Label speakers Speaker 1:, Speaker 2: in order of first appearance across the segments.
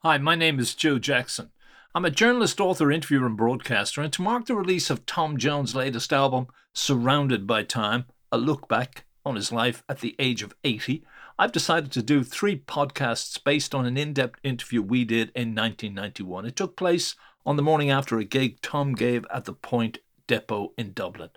Speaker 1: Hi, my name is Joe Jackson. I'm a journalist, author, interviewer, and broadcaster, and to mark the release of Tom Jones' latest album, Surrounded by Time, a look back on his life at the age of 80, I've decided to do three podcasts based on an in depth interview we did in 1991. It took place on the morning after a gig Tom gave at the Point Depot in Dublin.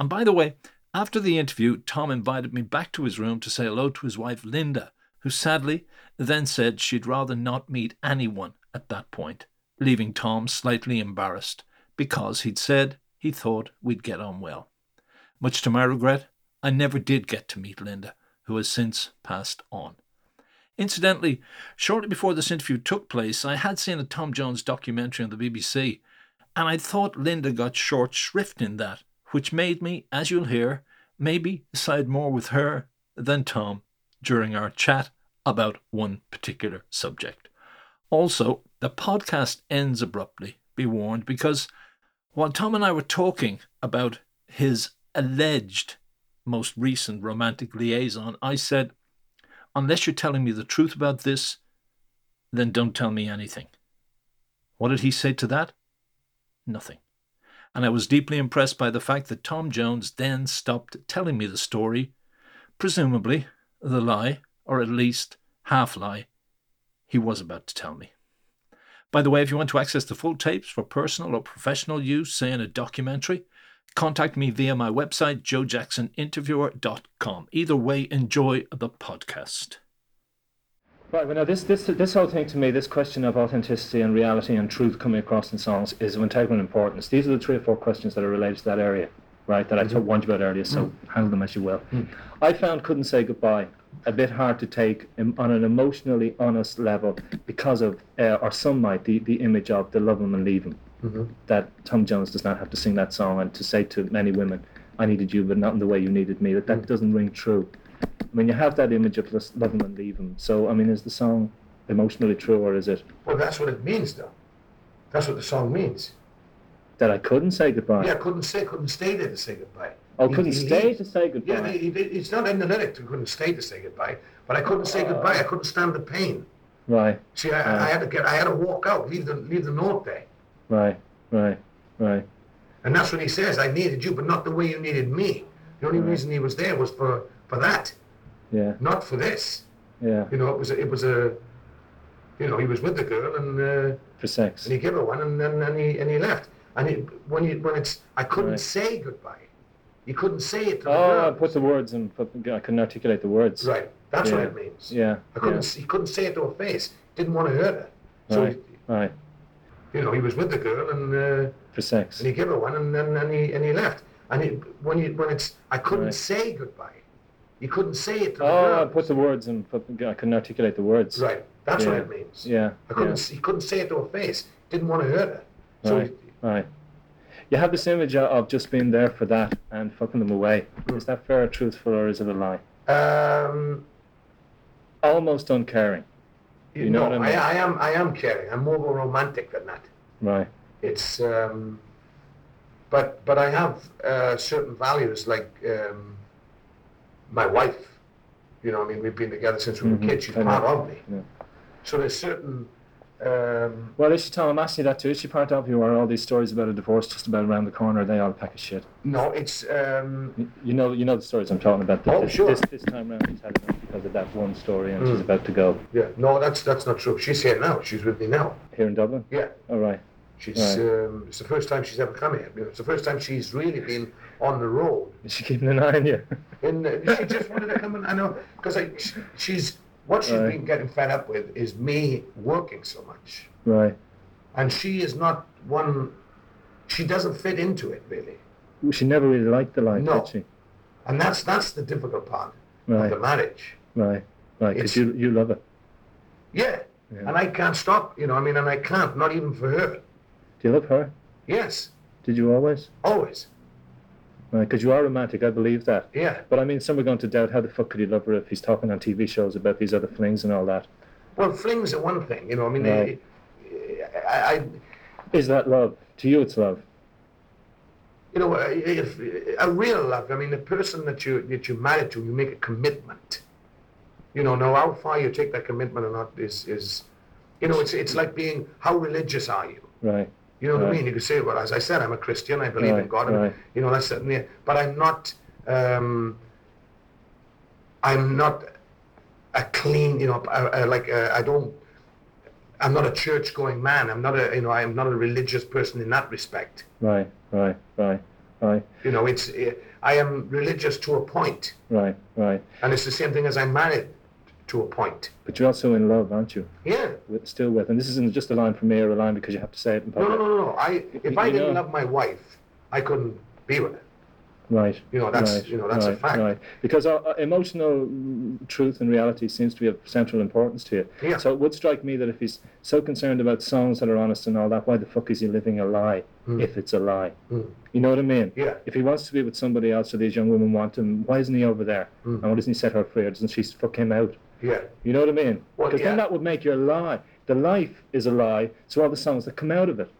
Speaker 1: And by the way, after the interview, Tom invited me back to his room to say hello to his wife, Linda, who sadly then said she'd rather not meet anyone at that point, leaving Tom slightly embarrassed because he'd said he thought we'd get on well. Much to my regret, I never did get to meet Linda, who has since passed on. Incidentally, shortly before this interview took place, I had seen a Tom Jones documentary on the BBC, and I thought Linda got short shrift in that, which made me, as you'll hear, maybe side more with her than Tom during our chat about one particular subject. Also, the podcast ends abruptly, be warned, because while Tom and I were talking about his alleged most recent romantic liaison, I said, Unless you're telling me the truth about this, then don't tell me anything. What did he say to that? Nothing. And I was deeply impressed by the fact that Tom Jones then stopped telling me the story, presumably the lie, or at least half lie, he was about to tell me. By the way, if you want to access the full tapes for personal or professional use, say in a documentary, contact me via my website, joejacksoninterviewer.com. Either way, enjoy the podcast.
Speaker 2: Right, well, now this, this, this whole thing to me, this question of authenticity and reality and truth coming across in songs is of integral importance. These are the three or four questions that are related to that area right, that I mm-hmm. warned you about earlier, so mm. handle them as you will. Mm. I found Couldn't Say Goodbye a bit hard to take um, on an emotionally honest level because of, uh, or some might, the, the image of the love him and leave him. Mm-hmm. That Tom Jones does not have to sing that song and to say to many women, I needed you, but not in the way you needed me. That that mm. doesn't ring true. I mean, you have that image of love him and leave him. So, I mean, is the song emotionally true or is it?
Speaker 3: Well, that's what it means, though. That's what the song means
Speaker 2: that I couldn't say goodbye.
Speaker 3: Yeah, couldn't say, couldn't stay there to say goodbye.
Speaker 2: Oh, he, couldn't he, stay he, to say goodbye.
Speaker 3: Yeah, it's not analytic to couldn't stay to say goodbye, but I couldn't say goodbye. I couldn't stand the pain.
Speaker 2: Right.
Speaker 3: See, I,
Speaker 2: Uh.
Speaker 3: right. I had to get, I had to walk out, leave the, leave the note there.
Speaker 2: Right, right, right.
Speaker 3: And that's what he says. I needed you, but not the way you needed me. The only right. reason he was there was for, for that.
Speaker 2: Yeah.
Speaker 3: Not for this.
Speaker 2: Yeah.
Speaker 3: You know, it was, a, it was a, you know, he was with the girl and. Uh,
Speaker 2: for sex.
Speaker 3: And he gave her one, and then and he and he left. And it, when you when it's I couldn't right. say goodbye. You couldn't say it. To
Speaker 2: oh, I put the words and I couldn't articulate the words.
Speaker 3: Right, that's
Speaker 2: yeah.
Speaker 3: what it means.
Speaker 2: Yeah,
Speaker 3: I couldn't.
Speaker 2: Yeah.
Speaker 3: He couldn't say it to her face. Didn't want to hurt her. So
Speaker 2: right.
Speaker 3: He,
Speaker 2: right.
Speaker 3: You know, he was with the girl and. Uh,
Speaker 2: For sex.
Speaker 3: And he gave her one, and then and he and he left. And it, when you when it's I couldn't right. say goodbye. You couldn't say it to
Speaker 2: oh, I put the words and I couldn't articulate the words.
Speaker 3: Right, that's
Speaker 2: yeah.
Speaker 3: what it means.
Speaker 2: Yeah.
Speaker 3: I couldn't.
Speaker 2: Yeah.
Speaker 3: He couldn't say it to her face. Didn't want to hurt her.
Speaker 2: So right. He, Right. You have this image of just being there for that and fucking them away.
Speaker 3: Hmm.
Speaker 2: Mm. Is that fair or truthful or is it a lie?
Speaker 3: Um,
Speaker 2: Almost uncaring.
Speaker 3: You, you know, know I, mean? I, I, am. I am caring. I'm more romantic than that.
Speaker 2: Right.
Speaker 3: It's. Um, but but I have uh, certain values like um, my wife. You know, I mean, we've been together since we were mm-hmm. kids. She's part of me.
Speaker 2: Yeah.
Speaker 3: So there's certain um,
Speaker 2: well, is she Tom? I'm asking you that too. Is she part of you, or all these stories about a divorce just about around the corner? They all pack of shit.
Speaker 3: No, it's. Um,
Speaker 2: you know, you know the stories I'm talking about. That
Speaker 3: oh,
Speaker 2: this,
Speaker 3: sure.
Speaker 2: This, this time round, she's had enough because of that one story, and mm. she's about to go.
Speaker 3: Yeah, no, that's that's not true. She's here now. She's with me now.
Speaker 2: Here in Dublin.
Speaker 3: Yeah.
Speaker 2: All right.
Speaker 3: She's. Right. Um, it's the first time she's ever come here. It's the first time she's really been on the road.
Speaker 2: Is she keeping an eye on you?
Speaker 3: and uh, she just wanted to come and I know because she's what she's right. been getting fed up with is me working so much.
Speaker 2: Right.
Speaker 3: And she is not one. She doesn't fit into it really.
Speaker 2: She never really liked the life,
Speaker 3: no.
Speaker 2: did she?
Speaker 3: And that's that's the difficult part
Speaker 2: right.
Speaker 3: of the marriage.
Speaker 2: Right. Right. Because you you love her.
Speaker 3: Yeah. yeah. And I can't stop. You know. I mean, and I can't. Not even for her.
Speaker 2: Do you love her?
Speaker 3: Yes.
Speaker 2: Did you always?
Speaker 3: Always.
Speaker 2: Because you are romantic, I believe that.
Speaker 3: Yeah.
Speaker 2: But I mean, some are going to doubt how the fuck could he love her if he's talking on TV shows about these other flings and all that.
Speaker 3: Well, flings are one thing, you know. I mean, eh,
Speaker 2: right.
Speaker 3: I, I,
Speaker 2: Is that love? To you, it's love.
Speaker 3: You know, if, a real love. I mean, the person that you that you married to, you make a commitment. You know, now how far you take that commitment or not is is You know, it's it's like being how religious are you?
Speaker 2: Right.
Speaker 3: You know what I
Speaker 2: Right.
Speaker 3: mean? You could say, well, as I said, I'm a Christian. I believe in
Speaker 2: Right,
Speaker 3: God. and,
Speaker 2: right.
Speaker 3: You know, that's certainly. But I'm not. Um, I'm not a clean. You know, a, a, like I I don't. I'm not a church-going man. I'm not a. You know, I'm not a religious person in that respect.
Speaker 2: Right. Right. Right. Right.
Speaker 3: You know, it's. eh, I am religious to a point,
Speaker 2: Right. Right.
Speaker 3: and it's the same thing as I'm married to a point.
Speaker 2: But you're also in love, aren't you?
Speaker 3: Yeah.
Speaker 2: With, still with. And this isn't just a line for me or a line because you have to say it in
Speaker 3: No, no,
Speaker 2: public.
Speaker 3: no, no. no. I if I
Speaker 2: You
Speaker 3: didn't
Speaker 2: know.
Speaker 3: love my wife, I couldn't be with her.
Speaker 2: Right.
Speaker 3: You know, that's
Speaker 2: right,
Speaker 3: you know that's
Speaker 2: right,
Speaker 3: a fact.
Speaker 2: Right. Because our, our emotional mm, truth and reality seems to be of central importance to you.
Speaker 3: Yeah.
Speaker 2: So it would strike me that if he's so concerned about songs that are honest and all that, why the fuck is he living a lie if it's a lie?
Speaker 3: Mm.
Speaker 2: You know what I mean?
Speaker 3: Hmm. Yeah.
Speaker 2: If he wants to be with somebody else or these young women want him, why isn't he over there?
Speaker 3: Hmm.
Speaker 2: And why doesn't he set her free or doesn't she fuck him out?
Speaker 3: Yeah.
Speaker 2: You know what I mean?
Speaker 3: Well,
Speaker 2: Because
Speaker 3: yeah.
Speaker 2: then that would make your lie. The life is a lie, so all the songs that come out of it.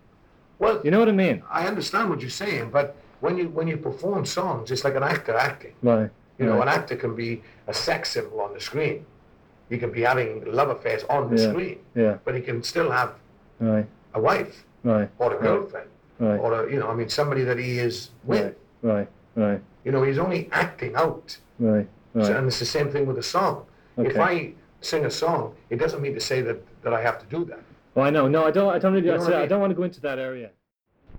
Speaker 3: Well,
Speaker 2: You know what I mean?
Speaker 3: I understand what you're saying, but when you when you perform songs, it's like an actor acting.
Speaker 2: Right.
Speaker 3: You know,
Speaker 2: right.
Speaker 3: an actor can be a sex symbol on the screen. He can be having love affairs on the
Speaker 2: Yeah.
Speaker 3: screen,
Speaker 2: Yeah.
Speaker 3: but he can still have
Speaker 2: Right.
Speaker 3: a wife
Speaker 2: Right.
Speaker 3: or a girlfriend
Speaker 2: Right.
Speaker 3: or a, you know, I mean, somebody that he is with.
Speaker 2: Right. Right. Right.
Speaker 3: You know, he's only acting out,
Speaker 2: Right.
Speaker 3: So-
Speaker 2: Right.
Speaker 3: and it's the same thing with a song. If
Speaker 2: Okay.
Speaker 3: I sing a song, it doesn't mean to say that that I have to do that.
Speaker 2: Well, I know. No, I don't. I don't really.
Speaker 3: You
Speaker 2: I,
Speaker 3: know what I
Speaker 2: said, I
Speaker 3: mean?
Speaker 2: don't want to go into that area.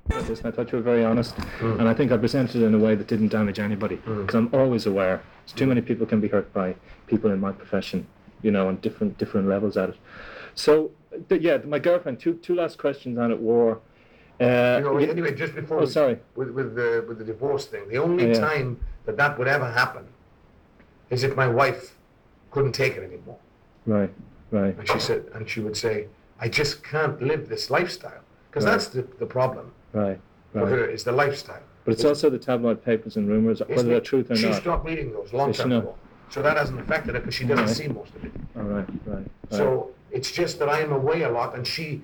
Speaker 2: About this, and I thought you were very honest,
Speaker 3: Mm.
Speaker 2: and I think I presented it in a way that didn't damage anybody, because I'm always aware it's
Speaker 3: Mm.
Speaker 2: too many people can be hurt by people in my profession, you know, on different different levels at it. So, th- yeah, my girlfriend. Two two last questions on it were. Uh,
Speaker 3: You know,
Speaker 2: yeah,
Speaker 3: anyway, just before
Speaker 2: Oh,
Speaker 3: we-
Speaker 2: sorry.
Speaker 3: with with the with the divorce thing, the only
Speaker 2: Yeah.
Speaker 3: time that that would ever happen is if my wife couldn't take it anymore,
Speaker 2: Right. Right.
Speaker 3: and she said, and she would say, "I just can't live this lifestyle," because
Speaker 2: Right.
Speaker 3: that's the, the problem
Speaker 2: Right.
Speaker 3: for
Speaker 2: Right.
Speaker 3: her is the lifestyle.
Speaker 2: But it's also the tabloid papers and rumors,
Speaker 3: It's
Speaker 2: whether they're
Speaker 3: the-
Speaker 2: truth or
Speaker 3: she
Speaker 2: not.
Speaker 3: stopped reading those long
Speaker 2: Yes,
Speaker 3: time
Speaker 2: no.
Speaker 3: ago, so that hasn't affected her because she doesn't see most of it.
Speaker 2: All right. Right. Right.
Speaker 3: So it's just that I am away a lot, and she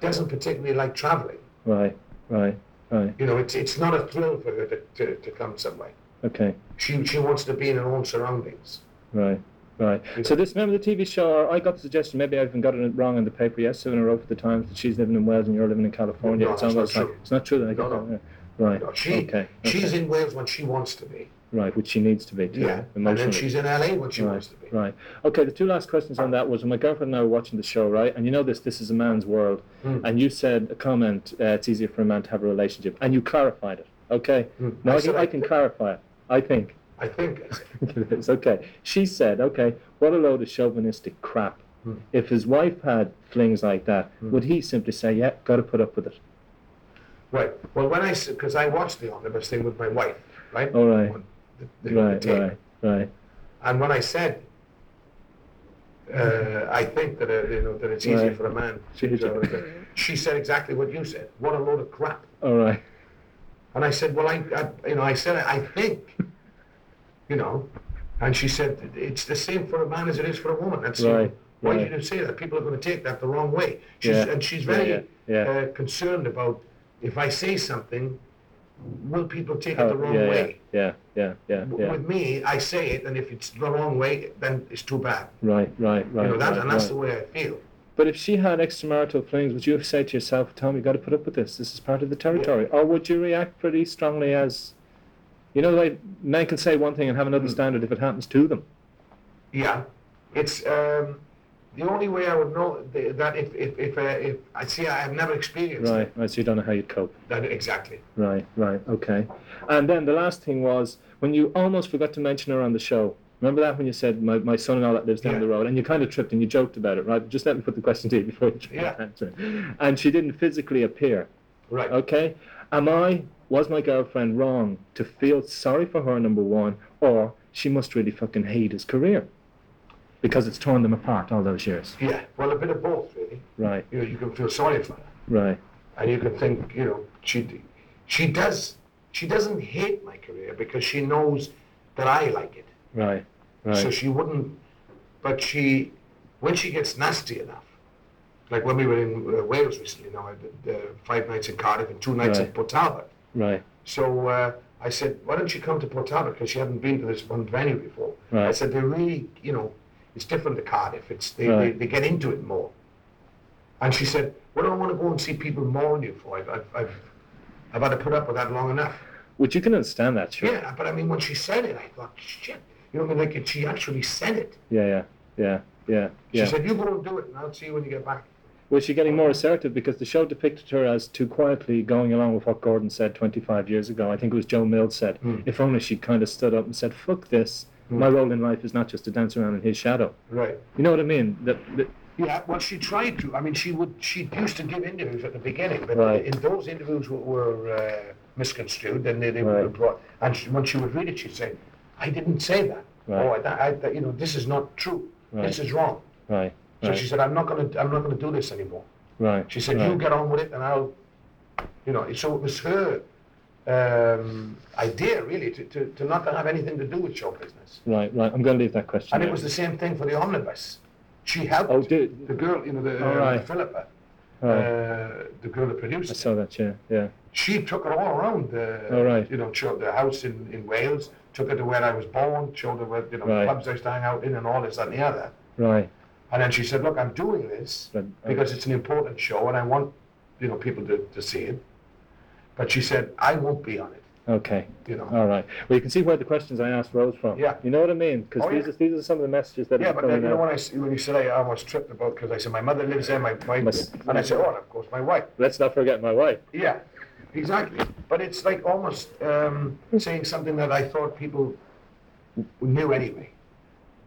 Speaker 3: doesn't particularly like traveling.
Speaker 2: right. Right. Right.
Speaker 3: You know, it's it's not a thrill for her to, to, to come somewhere.
Speaker 2: Okay.
Speaker 3: She she wants to be in her own surroundings.
Speaker 2: Right, right. So this remember the TV show? or I got the suggestion. Maybe I even got it wrong in the paper yesterday when I wrote for the Times that she's living in Wales and you're living in California.
Speaker 3: No,
Speaker 2: it's
Speaker 3: that's
Speaker 2: almost
Speaker 3: not
Speaker 2: like
Speaker 3: true.
Speaker 2: it's not true that I
Speaker 3: No,
Speaker 2: got
Speaker 3: no.
Speaker 2: that. yeah. Right.
Speaker 3: No, she
Speaker 2: okay.
Speaker 3: she's
Speaker 2: okay.
Speaker 3: in Wales when she wants to be.
Speaker 2: right, which she needs to be too,
Speaker 3: Yeah. And
Speaker 2: emotionally.
Speaker 3: then she's in LA when she
Speaker 2: Right,
Speaker 3: wants to be.
Speaker 2: right. Okay, the two last questions on that was my girlfriend and I were watching the show, right? And you know this, this is a man's world.
Speaker 3: Hmm.
Speaker 2: And you said a comment, uh, it's easier for a man to have a relationship. And you clarified it, okay? Now
Speaker 3: Hmm. I
Speaker 2: Hmm. I, can,
Speaker 3: said
Speaker 2: I
Speaker 3: I-
Speaker 2: can clarify it, I think.
Speaker 3: I think it's-
Speaker 2: it is. Okay. She said, okay, what a load of chauvinistic crap.
Speaker 3: Hmm.
Speaker 2: If his wife had flings like that, would he simply say, yeah, got to put up with it?
Speaker 3: right. Well, when I because I watched the omnibus thing with my wife, right?
Speaker 2: All right.
Speaker 3: On the- the- the
Speaker 2: Right,
Speaker 3: tape.
Speaker 2: right, right,
Speaker 3: And when I said, uh, I think that uh, you know that it's easier
Speaker 2: Right.
Speaker 3: for a man.
Speaker 2: She did.
Speaker 3: to- she said exactly what you said. What a load of crap.
Speaker 2: all right.
Speaker 3: And I said, well, I, I you know, I said, I think, you know, and she said, it's the same for a man as it is for a woman. That's
Speaker 2: Right,
Speaker 3: Why
Speaker 2: right.
Speaker 3: did you say that? People are going to take that the wrong way. She's,
Speaker 2: Yeah,
Speaker 3: And she's
Speaker 2: yeah,
Speaker 3: very
Speaker 2: yeah, yeah.
Speaker 3: Uh, concerned about if I say something, will people take it
Speaker 2: Oh,
Speaker 3: the wrong
Speaker 2: yeah,
Speaker 3: way?
Speaker 2: yeah, yeah, yeah, yeah,
Speaker 3: W-
Speaker 2: yeah.
Speaker 3: With me, I say it, and if it's the wrong way, then it's too bad.
Speaker 2: Right, right, right.
Speaker 3: You know, that,
Speaker 2: right,
Speaker 3: and that's the
Speaker 2: right.
Speaker 3: way I feel.
Speaker 2: But if she had extramarital flings, would you have said to yourself, Tom, you got to put up with this? This is part of the territory. Or would you react pretty strongly as, you know, the way men can say one thing and have another
Speaker 3: Hmm.
Speaker 2: standard if it happens to them?
Speaker 3: Yeah, it's um, the only way I would know th- that if if if, uh, if I see I have never experienced
Speaker 2: Right, right. So you don't know how you'd cope.
Speaker 3: that exactly.
Speaker 2: Right, right, okay. And then the last thing was when you almost forgot to mention her on the show. Remember that when you said my, my son and all that lives down
Speaker 3: Yeah.
Speaker 2: the road, and you kind of tripped and you joked about it, right? Just let me put the question to you before you try
Speaker 3: Yeah.
Speaker 2: to answer it. And she didn't physically appear.
Speaker 3: Right.
Speaker 2: Okay, am I was my girlfriend wrong to feel sorry for her? Number one, or she must really fucking hate his career because it's torn them apart all those years.
Speaker 3: Yeah, well, a bit of both, really.
Speaker 2: Right,
Speaker 3: You know, you can feel sorry for her,
Speaker 2: right,
Speaker 3: and you can think, you know, she, she does, she doesn't hate my career because she knows that I like it.
Speaker 2: right,
Speaker 3: So
Speaker 2: right,
Speaker 3: she wouldn't, but she, when she gets nasty enough, like when we were in uh, Wales recently, you know, I did uh, five nights in Cardiff and two nights in
Speaker 2: Right.
Speaker 3: Port Talbot.
Speaker 2: right,
Speaker 3: So uh, I said, why don't you come to Port Talbot? Because she hadn't been to this one venue before. I
Speaker 2: Right.
Speaker 3: said, they really, you know, it's different to Cardiff. It's they,
Speaker 2: Right.
Speaker 3: they, they get into it more. And she said, "Well, I don't want to go and see people maul you for. I've, I've, I've, I've had to put up with that long enough."
Speaker 2: Which you can understand that, sure.
Speaker 3: Yeah, but I mean, when she said it, I thought, "Shit," you know what I mean? Like she actually said it.
Speaker 2: Yeah, yeah, yeah, yeah,
Speaker 3: She
Speaker 2: yeah.
Speaker 3: said, "You go and do it, and I'll see you when you get back."
Speaker 2: Was she getting more assertive because the show depicted her as too quietly going along with what Gordon said 25 years ago? I think it was Joe Mills said,
Speaker 3: Mm.
Speaker 2: if only she kind of stood up and said, fuck this. My role in life is not just to dance around in his shadow.
Speaker 3: Right.
Speaker 2: You know what I mean? That, that,
Speaker 3: Yeah, well, she tried to. I mean, she would. She used to give interviews at the beginning, but
Speaker 2: Right.
Speaker 3: in those interviews were, were uh, misconstrued, and they, they were
Speaker 2: Right.
Speaker 3: brought. And she, when she would read it, she'd say, "I didn't say that.
Speaker 2: Right.
Speaker 3: Oh, I, that, I, that, you know, this is not true. This
Speaker 2: Right.
Speaker 3: is wrong."
Speaker 2: right,
Speaker 3: So
Speaker 2: right,
Speaker 3: Oh, she said, "I'm not going to. I'm not going to do this anymore."
Speaker 2: right.
Speaker 3: She said,
Speaker 2: right.
Speaker 3: "You get on with it, and I'll." You know, so it was her um, idea really to, to, to not have anything to do with show business.
Speaker 2: Right, right. I'm going to leave that question.
Speaker 3: And it
Speaker 2: there.
Speaker 3: was the same thing for the omnibus. She helped
Speaker 2: Oh, did-
Speaker 3: the girl, you know, the,
Speaker 2: All
Speaker 3: uh,
Speaker 2: right.
Speaker 3: Philippa,
Speaker 2: Right.
Speaker 3: uh, the girl that produced
Speaker 2: I
Speaker 3: it.
Speaker 2: saw that, yeah, yeah.
Speaker 3: She took her all around the,
Speaker 2: All right.
Speaker 3: you know, showed the house in, in Wales, took her to where I was born, showed her where, you know,
Speaker 2: Right.
Speaker 3: clubs I used to hang out in and all this, that and the other.
Speaker 2: Right.
Speaker 3: And then she said, look, I'm doing this
Speaker 2: But, uh,
Speaker 3: because it's an important show and I want, you know, people to, to see it. But she said, I won't be on it,
Speaker 2: Okay.
Speaker 3: you know.
Speaker 2: All right. Well, you can see where the questions I asked rose from.
Speaker 3: Yeah.
Speaker 2: You know what I mean? Because
Speaker 3: Oh,
Speaker 2: these,
Speaker 3: yeah.
Speaker 2: are these are some of the messages that
Speaker 3: Yeah,
Speaker 2: are
Speaker 3: but then,
Speaker 2: coming
Speaker 3: you know
Speaker 2: out.
Speaker 3: when I s- when you said I almost tripped about because I said my mother lives there, my wife,
Speaker 2: Must-
Speaker 3: and I said, oh, and of course my wife.
Speaker 2: Let's not forget my wife.
Speaker 3: Yeah, exactly. But it's like almost um, saying something that I thought people w- knew anyway.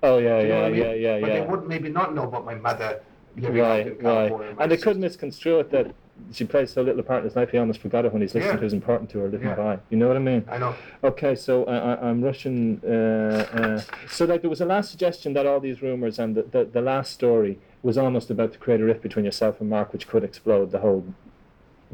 Speaker 2: Oh, yeah,
Speaker 3: You know
Speaker 2: yeah,
Speaker 3: what I mean?
Speaker 2: yeah, yeah,
Speaker 3: But
Speaker 2: yeah.
Speaker 3: they would maybe not know about my mother living out
Speaker 2: Right,
Speaker 3: in
Speaker 2: right.
Speaker 3: California. my
Speaker 2: And they
Speaker 3: sister.
Speaker 2: couldn't misconstrue it that she plays so little a part in his life, he almost forgot it when he's listening
Speaker 3: Yeah.
Speaker 2: to who's important to her living
Speaker 3: Yeah.
Speaker 2: by. You know what I mean?
Speaker 3: I know.
Speaker 2: Okay, so I, I, I'm Russian. Uh, uh, so like there was a last suggestion that all these rumors and the, the, the last story was almost about to create a rift between yourself and Mark, which could explode the whole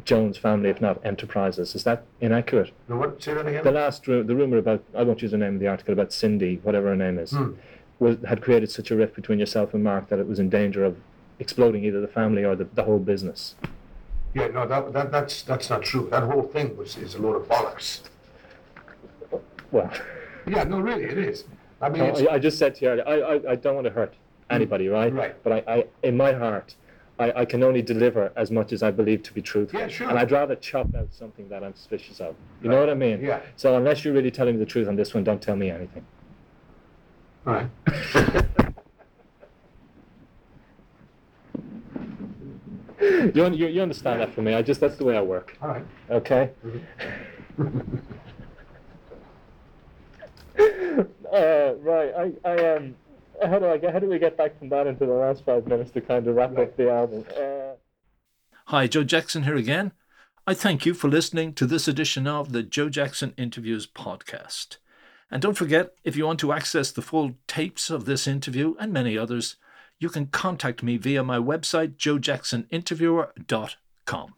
Speaker 2: Jones family, if not enterprises. Is that inaccurate?
Speaker 3: No, what? Say that again.
Speaker 2: The last ru- the rumor about I won't use the name of the article about Cindy, whatever her name is,
Speaker 3: Hmm.
Speaker 2: was, had created such a rift between yourself and Mark that it was in danger of exploding either the family or the, the whole business.
Speaker 3: Yeah, no, that, that that's that's not true. That whole thing was is a load of bollocks.
Speaker 2: Well,
Speaker 3: Yeah, no, really, it is. I mean, it's,
Speaker 2: I, I just said to you, earlier, I, I, I don't want to hurt anybody, right?
Speaker 3: Hmm. Right.
Speaker 2: But I, I in my heart, I, I can only deliver as much as I believe to be truthful.
Speaker 3: Yeah, sure.
Speaker 2: And I'd rather chop out something that I'm suspicious of. You know what I mean?
Speaker 3: Yeah.
Speaker 2: So unless you're really telling me the truth on this one, don't tell me anything.
Speaker 3: all right.
Speaker 2: You, un- you, you understand that for me. I just that's the way I work.
Speaker 3: All right. Mm-hmm.
Speaker 2: Okay. uh, right. I, I um. How do I get? How do we get back from that into the last five minutes to kind of wrap up the album? Uh,
Speaker 1: Hi, Joe Jackson here again. I thank you for listening to this edition of the Joe Jackson Interviews podcast. And don't forget, if you want to access the full tapes of this interview and many others, you can contact me via my website, joejacksoninterviewer.com.